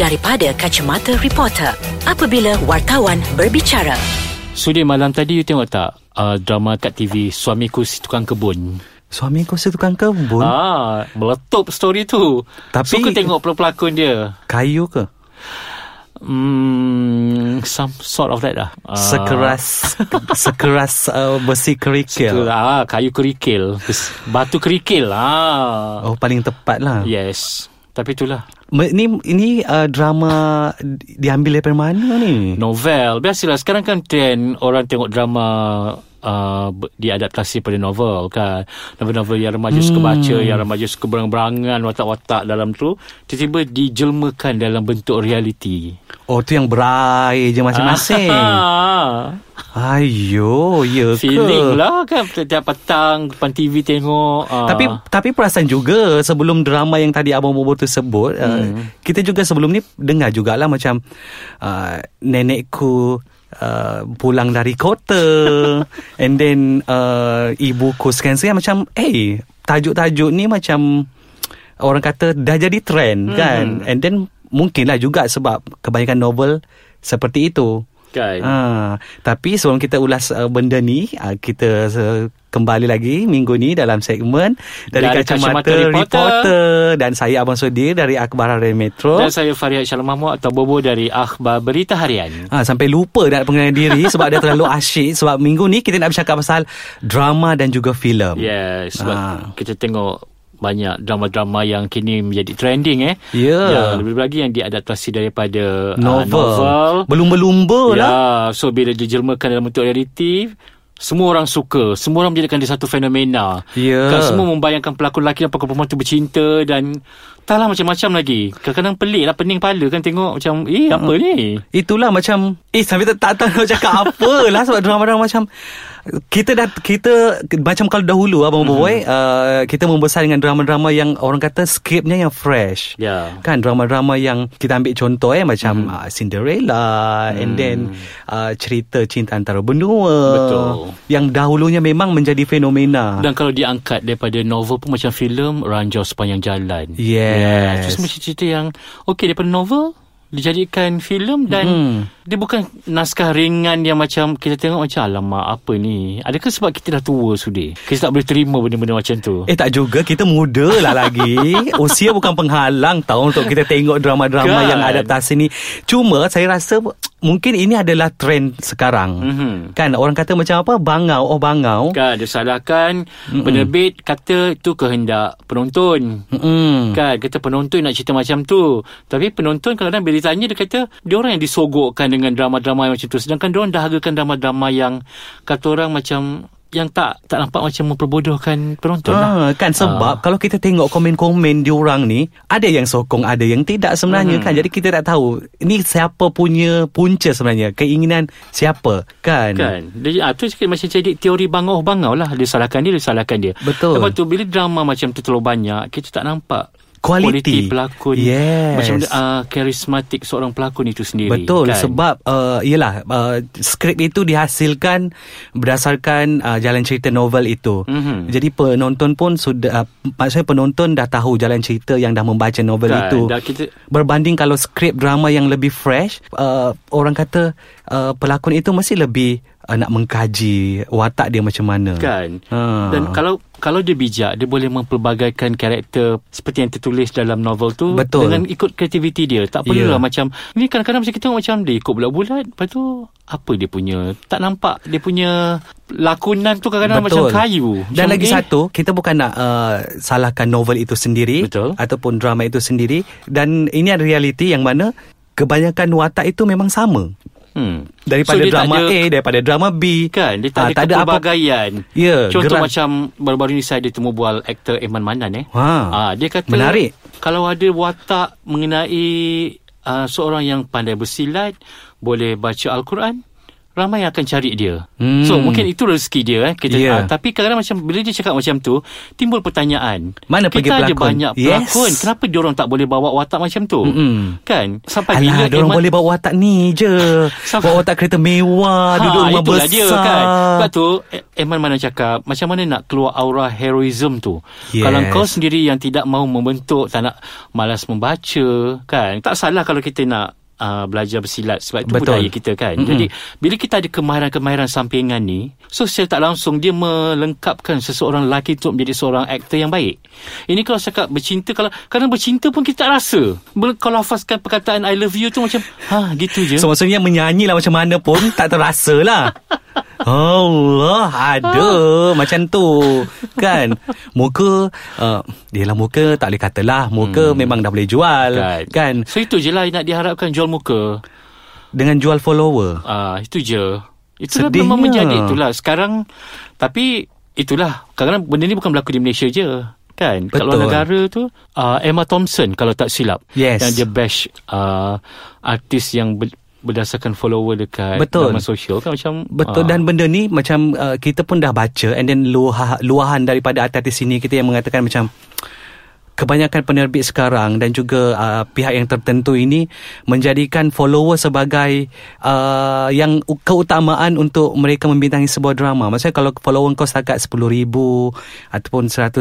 daripada kacamata reporter apabila wartawan berbicara. Sudi malam tadi you tengok tak uh, drama kat TV Suamiku Si Tukang Kebun? Suami kau setukang kebun ha? Ah, meletup story tu. Tapi- Suka tengok pelakon dia. Kayu ke? Hmm, some sort of that lah. Ah, Sekeras Sekeras uh, besi tu kerikil lah, kayu kerikil. Bes- Batu kerikil. Ah. Oh paling tepat lah Ya. yeah. Yes. Tapi itulah. Ini, ini uh, drama di- Diambil daripada mana ni? Novel. Biasalah sekarang kan trend orang tengok drama uh, ber- diadaptasi pada novel kan. Novel-novel yang remaja hmm. suka baca, yang remaja suka berang-berangan watak-watak dalam tu tiba-tiba dijelmakan dalam bentuk realiti. Oh tu yang berair je masing-masing Ah. Ayo Ya ke? Feeling lah kan tiap petang depan TV tengok. ah. Tapi tapi perasan juga sebelum drama yang tadi abang Bobo tu sebut hmm. uh, kita juga sebelum ni dengar jugalah macam uh, nenekku uh, pulang dari kota and then uh, ibuku sekian sekian macam eh tajuk-tajuk ni macam orang kata dah jadi trend hmm. kan and then mungkinlah juga sebab kebanyakan novel seperti itu kan. Ha, tapi sebelum kita ulas uh, benda ni, uh, kita uh, kembali lagi minggu ni dalam segmen dari, Dari kacamata, Kacamata reporter. Reporter. dan saya Abang Sudir dari Akhbar Harian Metro. Dan saya Farid Shalom Mahmud atau Bobo dari Akhbar Berita Harian. Ha, sampai lupa nak pengenalan diri sebab dia terlalu asyik sebab minggu ni kita nak bercakap pasal drama dan juga filem. Yes, sebab Ah. kita tengok banyak drama-drama yang kini menjadi trending eh. Ya. Yang lebih lagi yang diadaptasi daripada Uh, Novel. novel. Belum berlumba ya, lah. so bila dijelmakan dalam bentuk realiti, semua orang suka. Semua orang menjadikan dia satu fenomena. Ya. Kan semua membayangkan pelakon lelaki dan pelakon perempuan tu bercinta dan taklah macam-macam lagi. Kadang-kadang pelik lah, pening kepala kan tengok macam, eh Ah. apa ni? Itulah macam Eh sampai tak, tak tahu nak cakap apa lah Sebab drama-drama macam Kita dah Kita Macam kalau dahulu Abang Mhm. mm-hmm. Boy uh, Kita membesar dengan drama-drama Yang orang kata Skripnya yang fresh Ya. Mhm. Kan drama-drama yang Kita ambil contoh eh Macam mm-hmm. uh, Cinderella mm. And then uh, Cerita cinta antara benua Hmm. Betul. Yang dahulunya memang menjadi fenomena Dan kalau diangkat daripada novel pun macam filem Ranjau Sepanjang Jalan. Yes. Itu semua cerita yang okey daripada novel dijadikan filem dan Mm. dia bukan naskah ringan yang macam kita tengok macam alamak apa ni. Adakah sebab kita dah tua sudi? Kita tak boleh terima benda-benda macam tu. Eh tak juga Kita muda lah lagi Usia bukan penghalang tau Untuk kita tengok drama-drama Kan? Yang adaptasi ni Cuma saya rasa Mungkin ini adalah trend sekarang Mhm. Kan orang kata macam apa Bangau Oh bangau Kan dia salahkan Mm-mm. penerbit kata itu kehendak penonton. Mm-mm. Kan kata penonton nak cerita macam tu. Tapi penonton kadang-kadang bila ditanya dia kata dia orang yang disogokkan dengan drama-drama yang macam tu. Sedangkan dia orang dahagakan drama-drama yang kata orang macam yang tak tak nampak macam memperbodohkan penonton lah. Ah, kan sebab kalau kita tengok komen-komen diorang ni ada yang sokong ada yang tidak sebenarnya Hmm. kan jadi kita tak tahu ni siapa punya punca sebenarnya keinginan siapa kan, Kan dia, ah, tu sikit macam jadi teori bangau-bangau lah Dia salahkan dia Dia salahkan dia Betul. Lepas tu bila drama macam tu terlalu banyak Kita tak nampak Kualiti Kualiti. pelakon Yes. Macam uh, karismatik seorang pelakon itu sendiri Betul kan? kan? sebab uh, yalah uh, skrip itu dihasilkan berdasarkan uh, jalan cerita novel itu. Mhm. Jadi penonton pun sudah uh, maksudnya penonton dah tahu jalan cerita yang dah membaca novel Kan, itu. dah kita- Berbanding kalau skrip drama yang lebih fresh, uh, orang kata uh, pelakon itu mesti lebih uh, nak mengkaji watak dia macam mana. Kan Ha. Dan kalau kalau dia bijak Dia boleh mempelbagaikan karakter Seperti yang tertulis dalam novel tu Betul. Dengan ikut kreativiti dia Tak perlulah Ya. macam Ni kadang-kadang macam kita tengok macam Dia ikut bulat-bulat Lepas tu Apa dia punya Tak nampak Dia punya Lakonan tu kadang-kadang macam kayu macam, Dan lagi eh, satu, kita bukan nak uh, salahkan novel itu sendiri Betul. ataupun drama itu sendiri dan ini ada realiti yang mana kebanyakan watak itu memang sama. Hmm. Daripada So, dia tak drama ada- A, daripada drama B. Kan Dia Ah, tak ada kepelbagaian apa. Ya, Contoh gerak- macam Baru-baru ni saya ditemu bual Aktor Eman Manan eh Ha. Ah, Dia kata Menarik. Kalau ada watak ah, Mengenai uh, Seorang yang pandai bersilat Boleh baca Al-Quran ramai yang akan cari dia. Hmm. Ya. So mungkin itu rezeki dia eh kita Yeah. ah, tapi kadang-kadang macam bila dia cakap macam tu timbul pertanyaan. Mana pergi kita ada pelakon? banyak Yes. pelakon, kenapa dia orang tak boleh bawa watak macam tu? Mm-mm. Kan? Sampai Alah, bila dia orang Eman- boleh bawa watak ni je. Sama. Ha, bawa watak kereta mewah, Ah, duduk rumah itulah besar. dia kan. Sebab tu E- Eman mana cakap macam mana nak keluar aura heroism tu. Yes. Kalau kau sendiri yang tidak mahu membentuk, tak nak malas membaca kan. Tak salah kalau kita nak Uh, belajar bersilat sebab itu Betul. budaya kita kan. Mm-mm. Mm-hmm. Jadi bila kita ada kemahiran-kemahiran sampingan ni, so secara tak langsung dia melengkapkan seseorang lelaki untuk menjadi seorang aktor yang baik. Ini kalau cakap bercinta kalau kadang bercinta pun kita tak rasa. Bila kau lafazkan perkataan I love you tu macam ha gitu je. So maksudnya menyanyi lah macam mana pun tak terasa lah. Allah ada macam tu kan muka uh, dia lah muka tak boleh katalah muka hmm. memang dah boleh jual Kan. kan So itu je lah nak diharapkan jual muka. dengan jual follower Ah itu je. Itulah Sedihnya. memang menjadi itulah. Sekarang tapi itulah kadang-kadang benda ni bukan berlaku di Malaysia je. Kan? Betul. Kalau negara tu uh, Emma Thompson kalau tak silap Yes. yang dia bash uh, artis yang ber- berdasarkan follower dekat Betul. laman sosial kan macam ah, betul dan benda ni macam uh, kita pun dah baca and then luah, luahan daripada artis sini kita yang mengatakan macam kebanyakan penerbit sekarang dan juga uh, pihak yang tertentu ini menjadikan follower sebagai uh, yang u- keutamaan untuk mereka membintangi sebuah drama. Maksudnya kalau follower kau setakat 10,000 ataupun 100,000,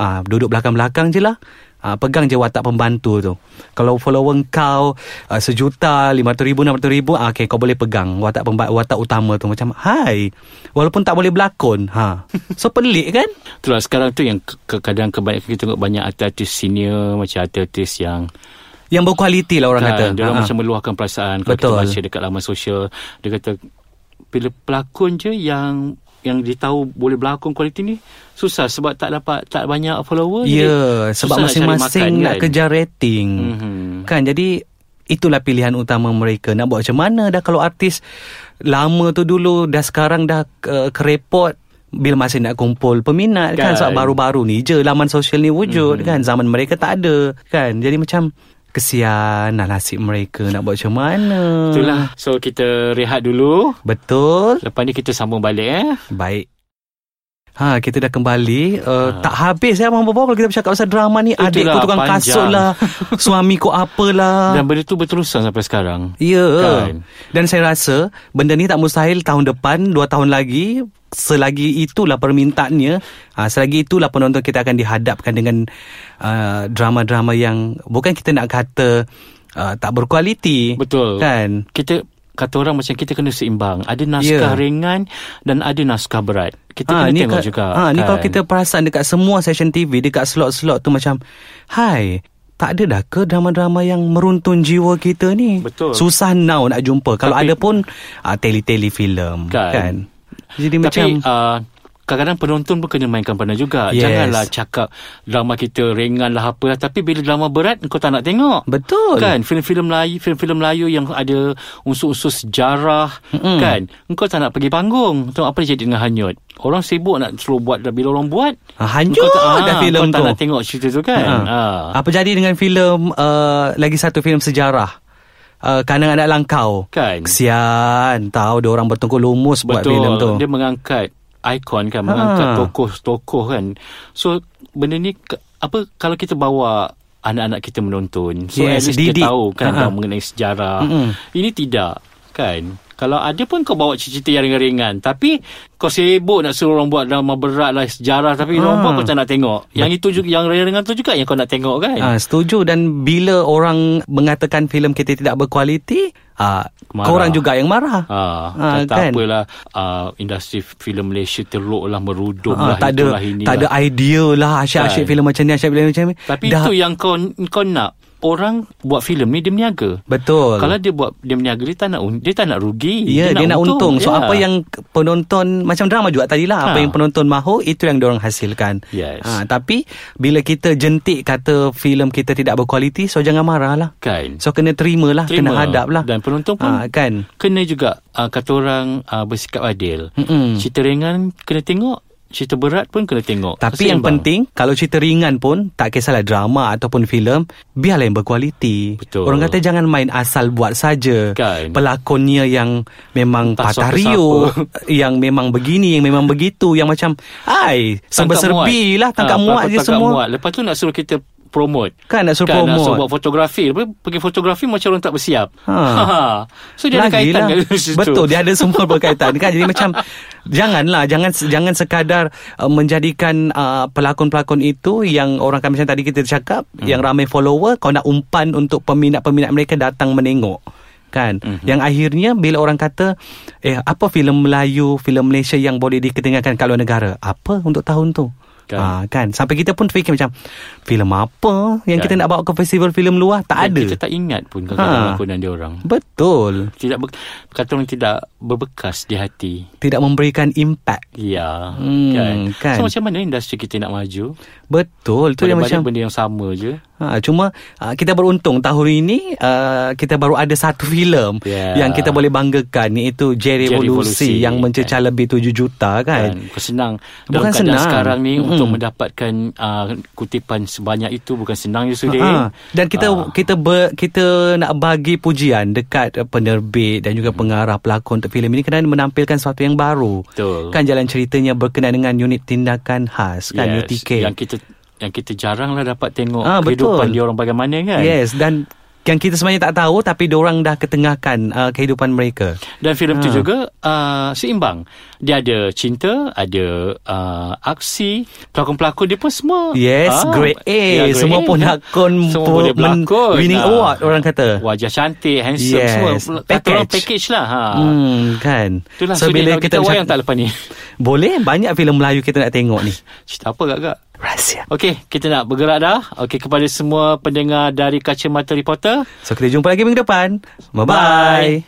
ah duduk belakang-belakang je lah. Ah, pegang je watak pembantu tu. Kalau follower kau uh, sejuta, lima ratus ribu, enam ratus ribu, ah, okay, kau boleh pegang watak pemba- watak utama tu. Macam, hai, walaupun tak boleh berlakon. Ha. So pelik kan? Itulah sekarang tu yang ke- ke- kadang kebanyakan kita tengok banyak artis-artis senior macam artis-artis yang Yang berkualiti lah orang kan, kata. Dia orang Ha-ha. macam meluahkan perasaan kalau Betul. kita baca dekat laman sosial dia kata bila pelakon je yang yang ditahu boleh berlakon kualiti ni susah sebab tak dapat tak banyak follower. Oh, Ya, jadi yeah, susah nak sebab cari masing-masing makan, nak, kan? kejar rating. Mhm. Kan, jadi itulah pilihan utama mereka. Nak buat macam mana dah kalau artis lama tu dulu dah sekarang dah uh, kerepot bila masih nak kumpul peminat kan, Kan. Hmm. kan sebab baru-baru ni je laman sosial ni wujud kan zaman mereka tak ada kan jadi macam kesian lah nasib mereka nak buat macam mana Itulah. So kita rehat dulu. betul Lepas ni kita sambung balik eh. baik Ha kita dah kembali uh, ha. tak habis ya abang bawa kalau kita bercakap pasal drama ni Itulah, adikku tukang panjang. kasut lah suamiku apalah Dan benda tu berterusan sampai sekarang. Ha. Ya. Kan? Dan saya rasa benda ni tak mustahil tahun depan, dua tahun lagi, selagi itulah permintaannya, ha, selagi itulah penonton kita akan dihadapkan dengan uh, drama-drama yang bukan kita nak kata uh, tak berkualiti. Betul. Kan? Kita kata orang macam kita kena seimbang. Ada naskah Ya. ringan dan ada naskah berat. Kita Ah, kena ni tengok ka- juga. ah, Ni kan? kalau kita perasan dekat semua session TV, dekat slot-slot tu macam, hai, tak ada dah ke drama-drama yang meruntun jiwa kita ni? Betul. Susah now nak jumpa. Kalau Tapi- ada pun, uh, tele-tele filem. Kan. kan? Jadi macam... Tapi uh, kadang-kadang penonton pun kena mainkan peranan juga. Yes. Janganlah cakap drama kita ringan lah apalah. Tapi bila drama berat, kau tak nak tengok. Betul. Kan filem-filem Melayu filem-filem Melayu yang ada unsur-unsur sejarah Mm-mm. kan engkau tak nak pergi panggung tengok apa yang jadi dengan hanyut orang sibuk nak suruh buat dan bila orang buat Ha, hancur engkau tak- dah ah, filem kau tu. tak nak tengok cerita tu kan Ha. ha. Apa jadi dengan filem uh, lagi satu filem sejarah? Uh, Kanang Anak Langkau. Kan. Kesian. Tahu dia orang bertungkul lumus buat Betul. filem tu. Dia mengangkat ikon kan, mengangkat Ha. tokoh-tokoh kan. So benda ni ke- apa kalau kita bawa anak-anak kita menonton, so Yes, at least didik. dia tahu kan Ha. dah mengenai sejarah. Mm-mm. Ini tidak kan. Kalau ada pun kau bawa cerita yang ringan-ringan Tapi kau sibuk nak suruh orang buat drama berat lah Sejarah Tapi Ha. orang buat kau tak nak tengok Yang itu juga Yang ringan-ringan tu juga yang kau nak tengok kan Ah, setuju dan bila orang mengatakan filem kita tidak berkualiti, ah Marah. korang juga yang marah. Ah, Ah, kata kan? apalah ah, industri filem Malaysia teruk lah merudum Ah, lah tak ada itulah, inilah. tak ada idea lah Kan. asyik-asyik filem macam ni, asyik filem macam ni. Tapi Dah- itu yang kau kau nak orang buat filem ni dia berniaga. betul. Kalau dia buat dia berniaga dia tak nak un- dia tak nak rugi. Ya, dia, dia nak untung. So Ya. apa yang penonton macam drama juga tadi lah, Ha. apa yang penonton mahu itu yang diorang hasilkan. Yes. Ha, tapi bila kita jentik kata filem kita tidak berkualiti, so jangan marah lah. kan. So kena terima lah, Terima. kena hadap lah. Dan penonton pun ah, ha, kan. kena juga uh, kata orang uh, bersikap adil. Mm-mm. Cerita ringan kena tengok cerita berat pun kena tengok. Tapi yang Seimbang. penting kalau cerita ringan pun tak kisahlah drama ataupun filem, biarlah yang berkualiti. Betul. Orang kata jangan main asal buat saja. Kan. Pelakonnya yang memang Entah patah siapa riuh, siapa. yang memang begini, yang memang begitu, yang macam ai, serba Tangkap serbi muat. lah tangkap Ah, muat je tangkap semua. Muat. Lepas tu nak suruh kita promote. Kan nak suruh kan, Nak promote. suruh buat fotografi. Lepas pergi fotografi macam orang tak bersiap. Ha. so dia ada kaitan Lagilah. kat situ. lah. Betul, dia ada semua berkaitan kan. Jadi macam janganlah jangan jangan sekadar uh, menjadikan uh, pelakon-pelakon itu yang orang kan macam tadi kita cakap hmm. yang ramai follower kau nak umpan untuk peminat-peminat mereka datang menengok kan Mhm. mm-hmm. yang akhirnya bila orang kata eh apa filem Melayu filem Malaysia yang boleh dikedengarkan kalau negara apa untuk tahun tu Kan. kan. Ha, kan sampai kita pun fikir macam filem apa yang Kan. kan. kita nak bawa ke festival filem luar Dan tak ada Kita tak ingat pun kadang-kadang Ha. lakonan dia orang. betul Tidak ber, kata orang tidak berbekas di hati. tidak memberikan impact Ya, Hmm, kan. kan. So macam mana industri kita nak maju? Betul tu dia Banyak-banyak macam benda yang sama je. ha, cuma ha, kita beruntung tahun ini uh, kita baru ada satu filem Yeah. yang kita boleh banggakan iaitu J Revolusi, Revolusi yang mencecah lebih 7 juta Kan. kan. Bukan senang. Dalam Bukan keadaan senang. Hmm. sekarang ni Mm-mm. untuk mendapatkan uh, kutipan sebanyak itu bukan senang kan? je Sudin. Ha, dan kita Ah. kita ber, kita nak bagi pujian dekat uh, penerbit dan juga pengarah pelakon untuk filem ini kerana menampilkan sesuatu yang baru. Betul. Kan jalan ceritanya berkenaan dengan unit tindakan khas kan UTK. Yang kita yang kita jaranglah dapat tengok Ah, betul. Oh, kehidupan dia orang bagaimana kan. Yes dan yang kita sebenarnya tak tahu tapi orang dah ketengahkan uh, kehidupan mereka. Dan filem tu Ah. juga uh, seimbang. Dia ada cinta, ada uh, aksi, pelakon-pelakon dia pun semua. Yes, ah, grade A. ya, grade Semua A. pelakon Semua pun boleh men- berlakon. Ah. winning award, orang kata. Wajah cantik, handsome Yes, semua. Kata orang package. package lah. Ha. Hmm. Hmm kan. Itulah so, bila kita, kita macam- wayang tak lepas ni. Boleh banyak filem Melayu kita nak tengok ni. Cerita apa kak-kak? Rahsia. Okey, kita nak bergerak dah. Okey, kepada semua pendengar dari Kacamata Reporter. So kita jumpa lagi minggu depan. Bye Bye. bye.